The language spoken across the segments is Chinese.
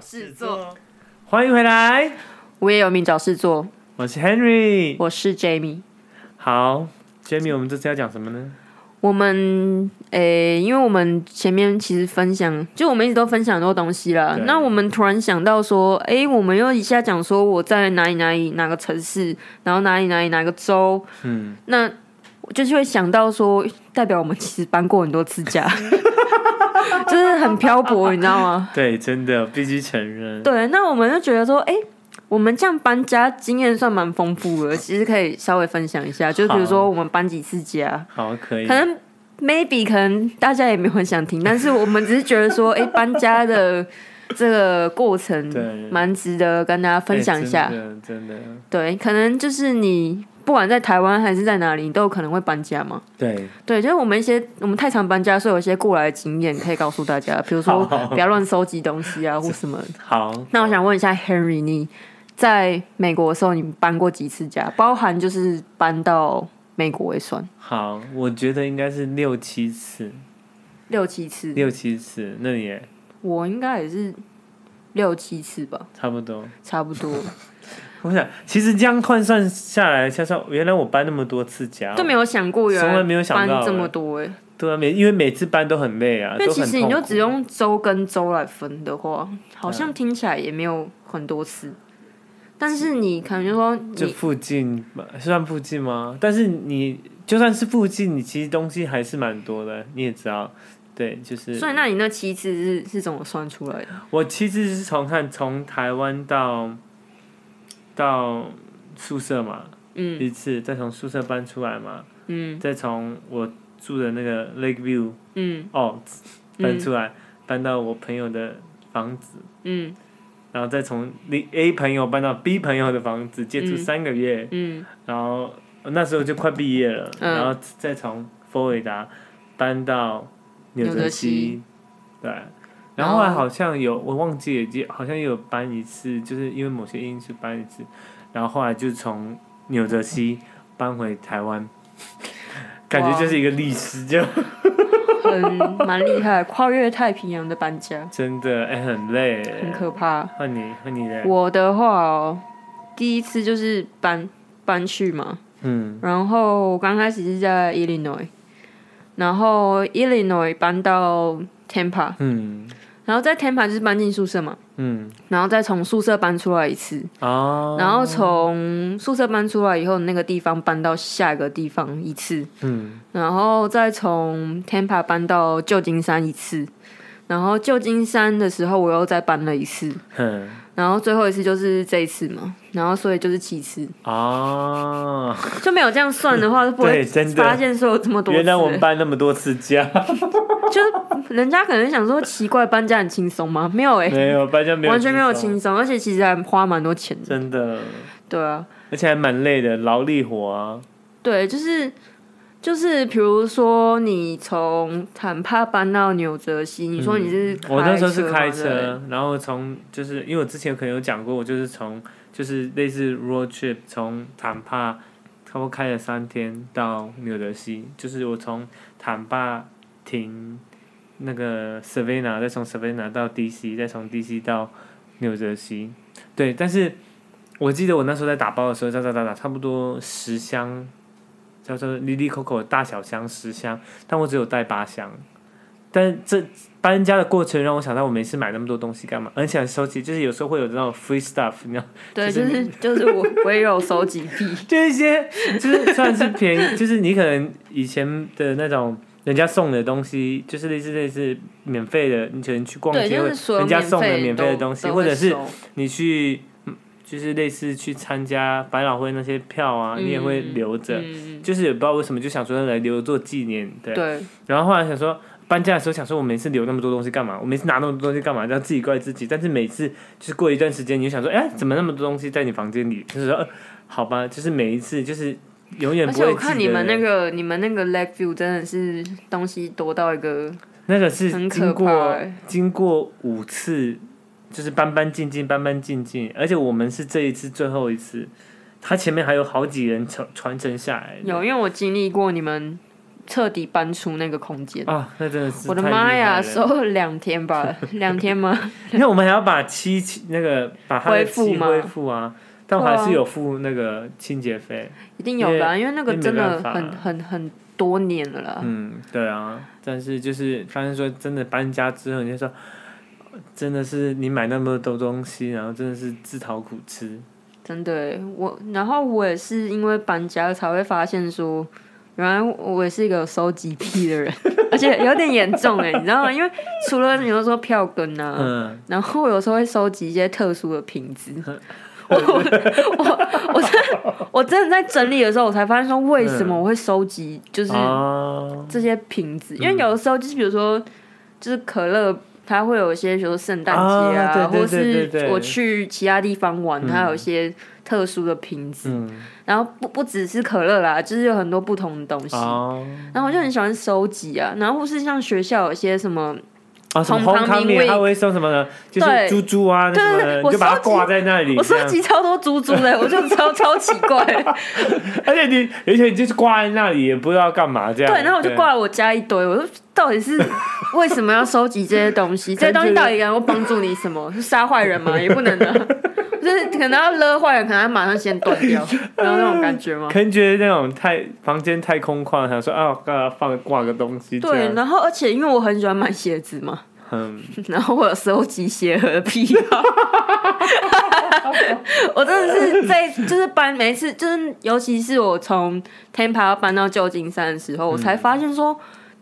事做。欢迎回来，我也有名找事做，我是 Henry。我是 Jamie。好，Jamie，我们这次要讲什么呢？我们诶、因为我们前面其实分享，就我们一直都分享很多东西啦对。那我们突然想到说，诶、我们又一下讲说我在哪里哪里哪个城市，然后哪里哪里哪个州，嗯，那我就是会想到说，代表我们其实搬过很多次家， 就是很漂泊，你知道吗？对，真的必须承认。对，那我们就觉得说，哎、我们这样搬家经验算蛮丰富的，其实可以稍微分享一下，就比如说我们搬几次家，好，可以可。能 maybe 可能大家也没有很想听，但是我们只是觉得说，哎、搬家的这个过对程蛮值得跟大家分享一下哎。真的，真的，对，可能就是你不管在台湾还是在哪里，你都有可能会搬家嘛。对，对，就是我们一些我们太常搬家，所以有一些过来的经验可以告诉大家，比如说好不要乱收集东西啊，或什么的。好。那我想问一下 Henry，你在美国的时候，你搬过几次家？包含就是搬到美国也算好，我觉得应该是六七次，六七次，六七次，那也我应该也是六七次吧，差不多。差不 多，我想，其实这样换算下来，加上原来我搬那么多次家，都没有想过原从来来没有想搬到这欸么多哎、对啊，每因为每次搬都很累啊，因为都其很实你痛就苦。只用州跟州来分的话，好像听起来也没有很多次，但是你可能就说就你附近算附近吗？但是你就算是附近，你其实东西还是蛮多的，你也知道。对，就是所以那你那七次是是怎么算出来的？我其实是从看从台湾到到宿舍嘛，嗯一次再从宿舍搬出来嘛，嗯再从我住的那个 Lakeview 嗯哦搬嗯出来，搬到我朋友的房子，嗯然后再从 A 朋友搬到 B 朋友的房子，借住嗯三个月。嗯然后呃那时候就快毕业了，嗯然后再从佛罗里达搬到纽纽泽泽西，对。然然后后后来好像有我忘记了，也好像也有搬一次，就是因为某些因素搬一次，然后后来就从纽泽西搬回台湾， 感觉就是一个历史，就很蛮厉害，跨越太平洋的搬家，真的哎、很累。很可怕。换你换你嘞，我的话哦，第一次就是搬搬去嘛，嗯然后刚开始是在 Illinois，然后 Illinois 搬到 Tampa，嗯然后在 Tampa 就是搬进宿舍嘛，嗯然后再从宿舍搬出来一次，哦，然后从宿舍搬出来以后，那个地方搬到下一个地方一次，嗯然后再从 Tampa 搬到旧金山一次，然后旧金山的时候我又再搬了一次，哼然后最后一次就是这一次嘛，然后所以就是七次， 哦，就没有这样算的话，就不会对真的发现说有这么多次、原来我们搬那么多次家。就是人家可能想说奇怪，搬家很轻松吗？没有哎、没有搬家没有，完全没有，轻松，而且其实还花蛮多钱的。真的，对啊，而且还蛮累的，劳力活啊。对，就是就是，比如说你从坦帕搬到纽泽西，你说你是、嗯我那时候是嘛对开不对车，然后从就是因为我之前可能有讲过，我就是从就是类似 road trip 从坦帕差不多开了三天到纽泽西，就是我从坦帕停那个 Savannah，再从 Savannah 到 DC，再从 DC 到纽泽西。对，但是我记得我那时候在打包的时候，打打打打，差不多十箱，叫做 Lily Coco 的大小箱十箱，但我只有带八箱。但这搬家的过程让我想到，我每次买那么多东西干嘛？而且还收集，就是有时候会有这种 free stuff，你知道。对，就就是是就是我我也有收集 癖，就一些就是算是便宜， 就是你可能以前的那种人家送的东西，就是类似类似免费的，你可能去逛对，街，就或是所有人家送的免免费费的东西，都或者是都会收你去嗯就是类似去参加百老汇那些票啊，你也会嗯留着。嗯，就是也不知道为什么就想说来留作纪念，对。对，然后后来想说搬家的时候想说，我每次留那么多东西干嘛？我每次拿那么多东西干嘛？然后自己怪自己。但是每次就是过一段时间，你就想说，哎，怎么那么多东西在你房间里？就是说，呃好吧，就是每一次就是永远而不且我会记得。看你们那个你们那个 Lake View 真的是东西多到一个，那个是很经可过、怕欸经过五次，就是搬搬进进搬搬进进，而且我们是这一次最后一次，他前面还有好几人传传承下来的。有因为我经历过你们彻底搬出那个空间。啊，那真的是我的太厉妈呀，害了收了两天吧，两天 吗？ 因为我们还要把漆漆那个把它的恢复漆吗恢复啊，但我还是有付那个清洁费。一定有的啊、因为那个因为真没的办法啊很很很多年了啦。嗯，对啊，但是就是发现说真的搬家之后，你就说真的是你买那么多东西，然后真的是自讨苦吃。真的欸，我然后我也是因为搬家才会发现说，原来我也是一个有收集癖 的人，而且有点严重哎，你知道吗？因为除了你又说票根啊，嗯，然后我有时候会收集一些特殊的瓶子。 我我我我真的我真的在整理的时候，我才发现说为什么我会收集就是嗯哦，这些瓶子，嗯因为有的时候就是比如说就是可乐，它会有一些比如说圣诞节啊对对或对是对对我去其他地方玩，它有一些特殊的瓶子，嗯，然后不不只是可乐啦，就是有很多不同的东西，哦，然后我就很喜欢收集啊，然后或是像学校有一些什么。哦，什么从红旁康明卫面，他会送什么呢？就是对猪猪啊，那对什么对对的，我你就把它收集挂在那里我这收样。集超多猪猪的，我就超超奇怪。而且你，而且你就是挂在那里，也不知道干嘛这样。对，然后我就挂了我家一堆，我就到底 是为什么要收集这些东西？这些东西到底能够帮助你什么？是杀坏人吗？也不 能啊，就是可能要勒坏人，可能要马上先断掉， 然后那种感觉吗？嗯可能觉得那种太房间太空旷，想说啊，干嘛放挂个东西这对，样，然后而且因为我很喜欢买鞋子嘛，嗯， 然后我有收集鞋盒的癖好， 我真的是在就是搬每一次就是尤其是我从 Tampa 要搬到旧金山的时候，我嗯才发现说，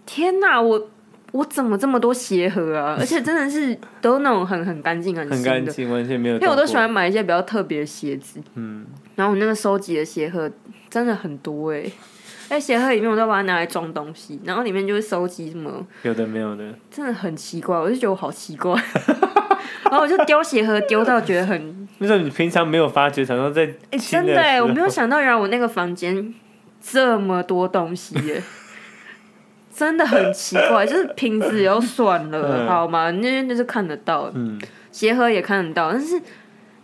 天哪，我我怎么这么多鞋盒啊？而且真的是都那种很很干净很很新干的，净，完全没有。因为我都喜，欢买一些比较特别的鞋子，嗯，然后我那个收集的鞋盒真的很多哎、欸。哎，鞋盒里面我都把它拿来装东西，然后里面就会收集什么有的没有的，真的很奇怪，我就觉得我好奇怪， 然后我就丢鞋盒丢到觉得 很，为什么你平常没有发觉，常常在哎、亲真的哎，时候我没有想到原来我那个房间这么多东西耶， 真的很奇怪，就是瓶子也就算了，嗯好吗？那那是看得到，嗯，鞋盒也看得到，但是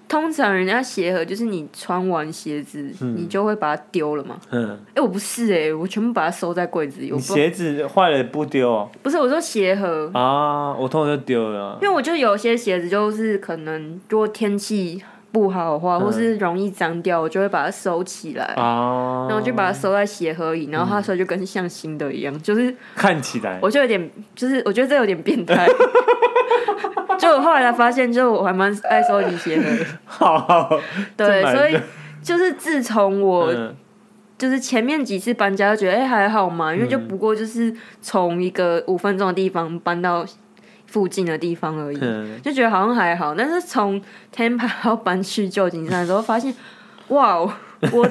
通常人家鞋盒就是你穿完鞋子，嗯你就会把它丢了嘛。嗯，哎、我不是哎、我全部把它收在柜子里，我你不知道鞋子坏了不丢哦不是我说鞋盒，啊，我通常就丢了啊，因为我就有些鞋子就是可能如果天气不好的话，嗯或是容易脏掉，我就会把它收起来，啊，然后就把它收在鞋盒里，然后嗯它所以就跟像新的一样，就是看起来，我就有点，就是我觉得这有点变 态。就我后来才发现，就我还蛮爱收集鞋盒 的，好，对，这蛮所以 就是自从我嗯就是前面几次搬家，就觉得哎、还好嘛，因为就嗯不过就是从一个五分钟的地方搬到附近的地方而已，嗯就觉得好像还好，但是从 Tampa 要搬去旧金山的时候，发现，哇，我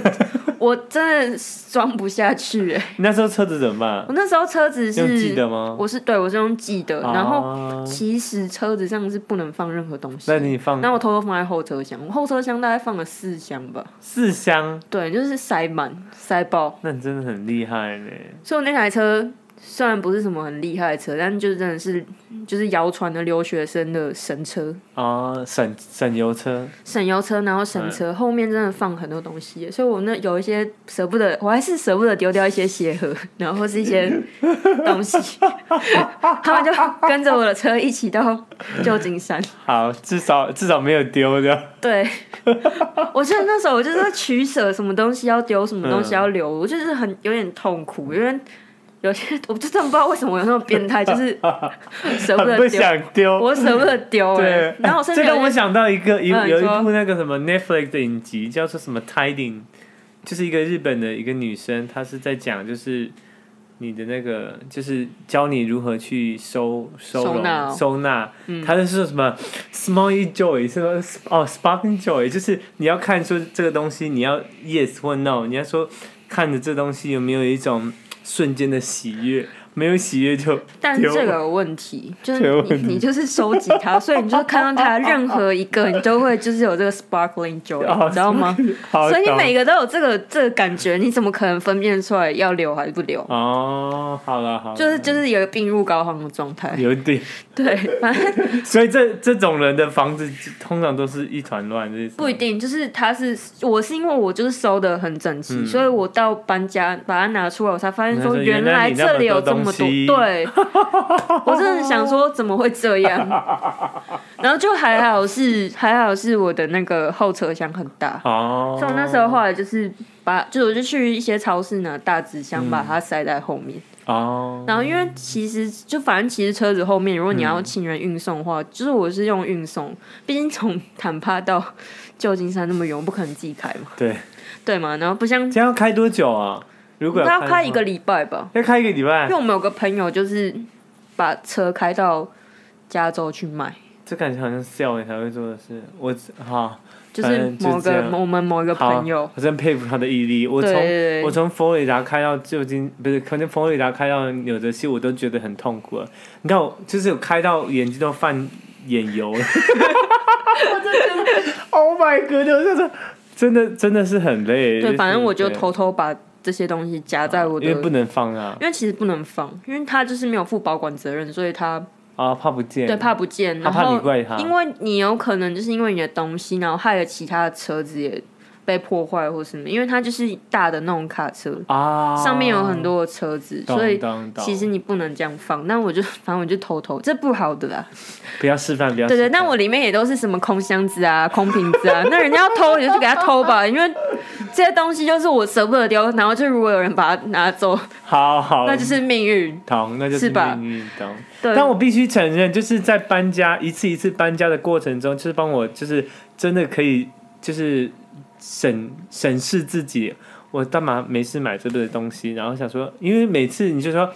我真的装不下去哎！你那时候车子怎么办？我那时候车子用记是，得吗？啊哦我是对我是用寄的，然后后其实车子上是不能放任何东西那。你放那我偷偷放在后车厢，我后车厢大概放了四箱吧，四箱，对，就是塞满塞爆。那你真的很厉害嘞。所以我那台车虽然不是什么很厉害的车，但就真的是就是谣传的留学生的神车，啊，省省油车，省油车，然后嗯省车，后面真的放很多东西耶，所以我那有一些舍不得，我还是舍不得丢掉一些鞋盒，然后或是一些东西， 他们就跟着我的车一起到旧金山。好，至少至少没有丢掉。对，我记得那时候我就是在取舍，什么东西要丢，什么嗯东西要留，我就是很有点痛苦，因为有些我就真的不知道为什么我有那种变态，就是舍不 很得不丢，想丢。我舍不得丢、欸对，，然后我身这边让有我一些想到一个一嗯你有说一部那个什么 Netflix 的影集，叫做什么《Tiding》，就是一个日本的一个女生，她是在讲就是你的那个就是教你如何去收收收纳容哦收纳，她是说什么 Small Joy 是说哦 Sparking Joy，就是你要看说这个东西你要 Yes 或 No，你要说看着这东西有没有一种瞬间的喜悦，没有喜悦就但丢这个有问题，就是这有你你就是收集它，所以你就看到 它任何一个，你都会就是有这个 sparkling joy，、哦你知道吗？ 好所以你懂每个都有这个这个感觉，你怎么可能分辨出来要留还是不留？哦，好了好了，就是就是有一个病入膏肓的状态，有一点， 对，反正所以这这种人的房子通常都是一团乱，这不一定，就是它是我是因为我就是收的很整齐，所以我到搬家把它拿出来，我才发现那说是原原来来嗯你那么这里有多这东么多，西 对，我真的想说怎么会这样，然后就还好是还好是我的那个后车厢很大，哦，所以我那时候后来就是把就我就去一些超市拿大纸箱把它塞在后面。哦，然后因为其实就反正其实车子后面，如果你嗯要请人运送的话，就是我是用运送，毕竟从坦帕到旧金山那么远，我不可能自己开嘛，对， 对嘛？然后不像这样要开多久啊？如果他要的话开一个，礼拜吧，要开一个礼拜因为，我们有个朋友就是把车开到加州去卖，这感觉好像是要人才会做的事。我好，就反是正就某这个样我们某一个好朋友，我真佩服他的毅力。我对从对我对，从佛罗里达开到旧金，不是，可能佛罗里达开到纽泽西，我都觉得很痛苦了。你看我，就是有开到眼睛都泛眼油。Oh my god！我真的真的真的是很累。对，反正我就是偷偷把这些东西夹在我的，因为不因能放啊为其实不能放，因为他就是没有负保管责任，所以他啊，怕不见。对怕不见，他然怕后你怪他。因为你有可能就是因为你的东西，然后害了其他的车子也被破坏或什么，因为它就是大的那种卡车，啊，上面有很多的车子，懂，所以懂懂其实你不能这样放。那我就 反正我就偷偷，这不好的啦。不要示范，不要对对，示范但我里面也都是什么空箱子啊、 空瓶子啊，那人家要偷你就去给他偷吧，因为这些东西就是我舍不得丢，然后就如果有人把它拿哦走，好好，那就是命运。懂，那就是是吧命运懂。对，但我必须承认，就是在搬家一次一次搬家的过程中，就是帮我就是真的可以就是审审视自己，我干嘛没事买这类的东西？然后想说，因为每次你就说。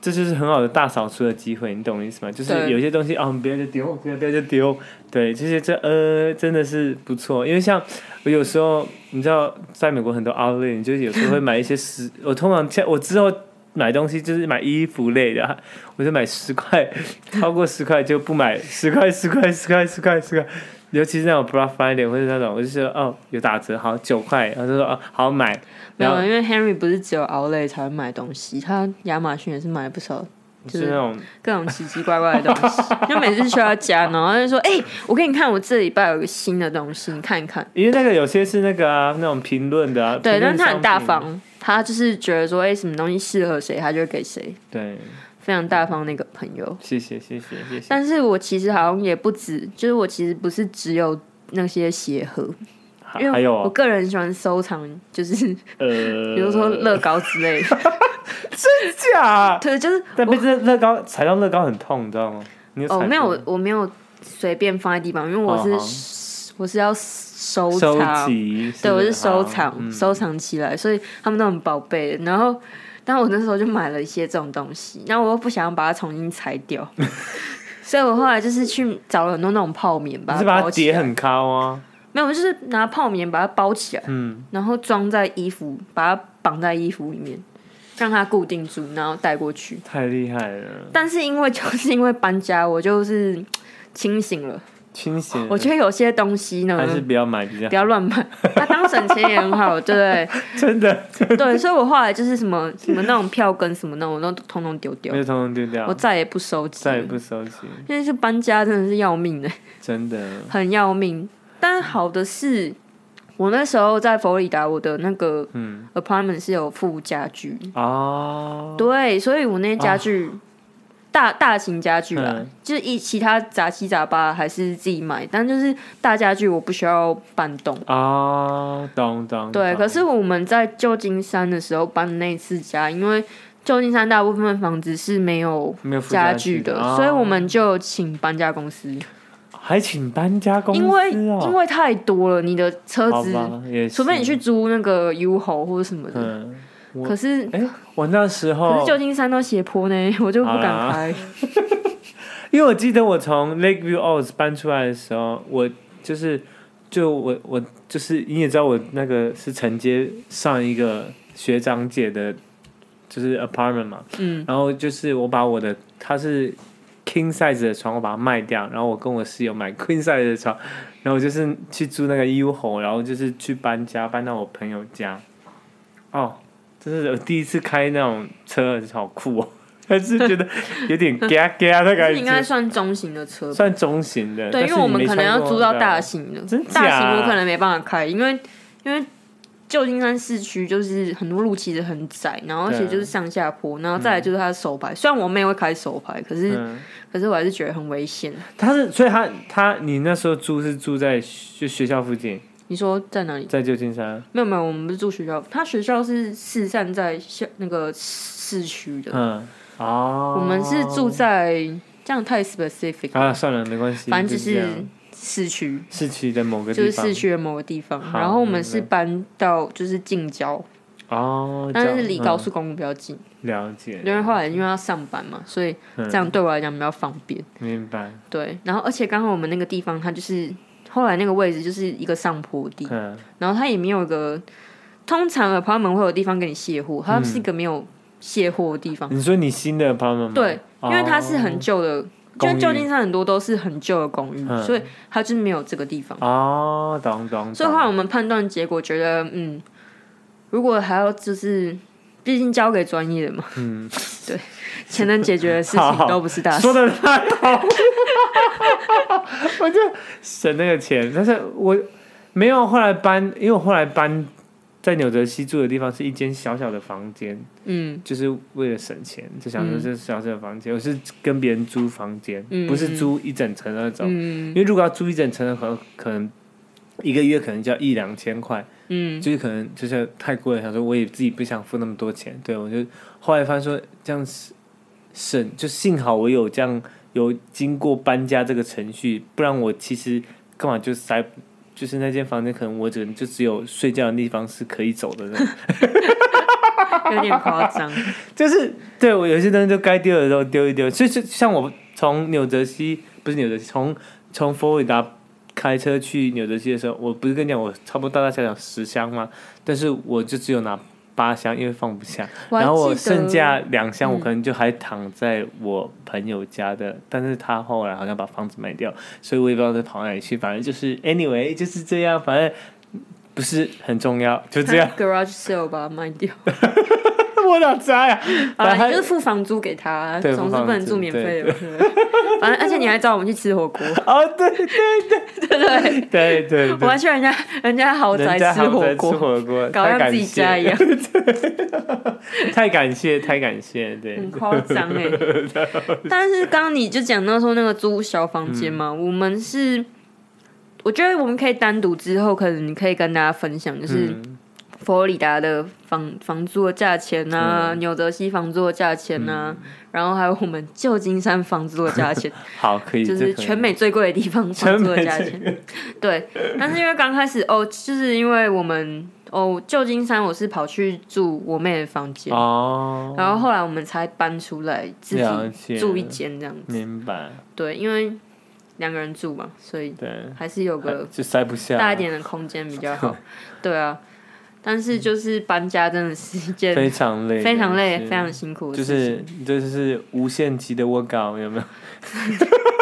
这就是很好的大扫除的机会，你懂我意思吗？就是对有些东西啊，我们不要就丢，不要不要就丢。对，就是这呃，真的是不错。因为像我有时候，你知道，在美国很多 outlet，你就是有时候会买一些十，我通常像我之后买东西就是买衣服类的啊，我就买十块，超过十块就不买，十块十块十块十块十块，尤其是那种 Black Friday 或者那种，我就说哦有打折，好九块，然后就说哦好买，没然后有，因为 Henry 不是只有 Outlet 才会买东西，他亚马逊也是买不少就是那种各种奇奇怪怪的东西，就每次去他家，然后他就说：“哎、我给你看，我这礼拜有个新的东西，你看一看。因为那个有些是那个啊那种评论的啊”，对，但评论是他很大商品，方，他就是觉得说：“哎、什么东西适合谁，他就会给谁。对，”非常大方的一个朋友。谢谢谢谢谢谢，但是我其实好像也不止，就是我其实不是只有那些鞋盒，还因还为有我啊个人喜欢收藏，就是呃，比如说乐高之 类的。假，对，就是但被这乐高踩到乐高很痛，你知道吗？你有踩哦，没有，过我我没有随便放在地板，因为我哦是我是要收收藏。集，对，我不是收好藏、嗯收藏起来，所以他们都很宝贝。然后，但我那时候就买了一些这种东西，然后我又不想要把它重新拆掉， 所以我后来就是去找了很多那种泡棉，把它你是把包它起叠来。很高啊，没有，我就是拿泡棉把它包起来，嗯，然后装在衣服，把它绑在衣服里面，让它固定住，然后带过去。太厉害了，但是因为 就是因为搬家，我就是清醒了。清醒了。我觉得有些东西呢嗯还，是不要买比较不要乱买，它当省钱也很好，对不对？ 真的，对，所以我后来就是什么什么那种票根什么那种，我都通通丢掉没，有通通丢掉我，再也不收集再也了。不收集，因为是搬家真的是要命的，真的。很要命。但好的是，我那时候在佛罗里达，我的那个嗯 apartment 是有附家具，哦，啊对，所以我那些家具。大大型家具啦，嗯就是一其他杂七杂八还是自己买，但就是大家具我不需要搬动。哦，懂懂。对，懂可是我们在旧金山的时候搬的那一次家，因为旧金山大部分的房子是没有没有附家具具的，哦所以我们就请搬家公司，还请搬家公司哦，因为因为太多了，你的车好子，吧，也是除非你去租那个 U 吼或者什么的，嗯，我可是。哎，我那可时是候旧金山都斜坡呢， 我就不啊敢 开。因为我记得我从 Lakeview Oaks 搬出来的时候，我就是就我我就是你也知道我那个是承接上一个学长姐的就是 apartment 嘛，嗯，然后就是我把我的它是 king size 的床，我把它卖掉，然后我跟我室友买 queen size 的床，然后我就是去住那个 U 吼，然后就是去搬家，搬到我朋友家。哦，这是我第一次开那种车，好酷哦， 还是觉得有点嘎嘎的 这感应该觉，算中型的车吧？算中型的。对，但因是为我们你没可能要穿过租到对啊大型的真，大假型我可能没办法开，因为因为旧金山市区就是很多路其实很窄，然后而且对就是上下坡，然后再来就是它的手牌。虽然我妹会开手牌，可是嗯可是我还是觉得很危险。他是，所以他他你那时候住是住在学学校附近，你说在哪里？在旧金山。没有没有，我们不是住学校，他学校是四散在校那个市区的，嗯，哦，我们是住在这样太 specific 了，啊，算了，没关系，反正就这是样市区，市区的某个就地是方，市区的某个地方。好然后我们是搬到就是近郊，哦，这但样是离高、速公路比较近，嗯了解，因为后来因为要上班嘛，所以嗯这样对我来讲比较方便。明白，对，然后而且刚好我们那个地方它就是后来那个位置就是一个上坡地，嗯，然后它也没有一个，通常 a p a 会有地方给你卸货，嗯它是一个没有卸货的地方，你说你新的 apartment 哦吗？对，哦，因为它是很旧的，因公为寓旧金山很多都是很旧的公寓，嗯所以它就是没有这个地方。哦，懂懂，所以懂后来我们判断结果觉得，嗯，如果还要就是，毕竟交给专业的嘛，嗯， 对，钱能解决的事 好情都不是大事说。的太好，我就省那个钱。但是我没有后来搬，因为我后来搬在纽泽西住的地方是一间小小的房间，嗯就是为了省钱，就想说这是小小的房间，我是跟别人租房间，嗯不是租一整层那种。因嗯为如果要租一整层的，可能可能一个月可能就要一两千块。嗯，就是可能就是太贵了，想说我也自己不想付那么多钱，对我就后来发现说这样省省，就幸好我有这样有经过搬家这个程序，不然我其实根本就塞，就是那间房间可能我只能就只有睡觉的地方是可以走的那种，有点夸张。就是对我有些东西就该丢的时候丢一丢，所以就像我从纽泽西不是纽泽西，从从佛罗里达开车去纽泽西的时候，我不是跟你讲我差不多大大小小十箱吗？但是我就只有拿八箱，因为放不下。还 然后我记得嗯剩下两箱，我可能就还躺在我朋友家的，但是他后来好像把房子卖掉，所以我也不知道他跑哪里去。反正就是 anyway 就是这样，反正不是很重要，就这 样。他 garage sale 把它卖 掉，我哪知呀、好反了，你正就是付房租给他，对总付是房不能租住免对费的。 反正而且你还找我们去吃火锅，哦，对对 对对对 对我对，还去人家人家豪宅人家吃好火在吃锅，火锅， 搞太像感自己家一谢，样， 太感谢，太感谢，对很夸张哎。 但是刚刚你就讲到说那个租小房嗯间嘛，我们是，我觉得我们可以单独之后，可能你可以跟大家分享，就是嗯佛罗里达的房房租的价钱啊，嗯纽泽西房租的价钱啊，然后还有我们旧金山房租的价 钱，好，可以，就这是可以全美最贵的地方房租的价 全钱。对，但是因为刚开始哦，就是因为我们哦，旧金山我是跑去住我妹的房间，哦，然后后来我们才搬出来自了己解住一间这样子。明白，对，因为两个人住嘛，所以对。还是有个就塞不下，大一点的空间比较 好。对啊，但是就是搬家真的是一件非常累，非常累、是非常辛苦的就事情，是这就是无限期的 workout 有没有？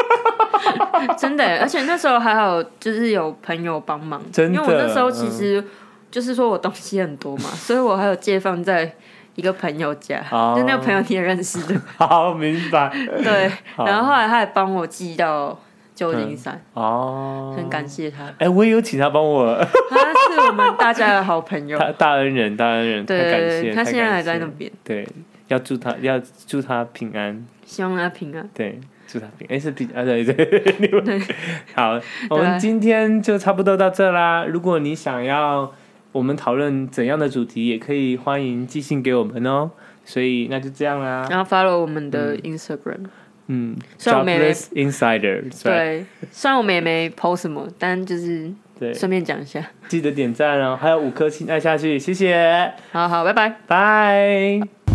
真的。而且那时候还好，就是有朋友帮忙，真的嗯因为我那时候其实就是说我东西很多嘛，所以我还有借放在一个朋友家，哦就那个朋友你也认识的，好，明白对。 好然后后来他还帮我寄到旧金山，哦。 很感谢他，哎、我也有请他帮我，他是我们大家的好朋友。 他大恩人，大恩人，对太感对谢，对，他太现在感还在谢那边，对，要祝他，要祝他平安，希望他平安。对，祝他平，哎、是平，啊对对，你们 好，我们对今天就差不多到这啦。如果你想要我们讨论怎样的主题，也可以欢迎寄信给我们哦。所以那就这样啦，然后 follow 我们的 Instagram，、嗯啊虽然我们也没，Jobless Insider，是吧对，虽然我们也没 post 什么，但就是对，顺便讲一下。记得点赞哦，还有五颗星按下去，谢谢，好好，拜拜。拜。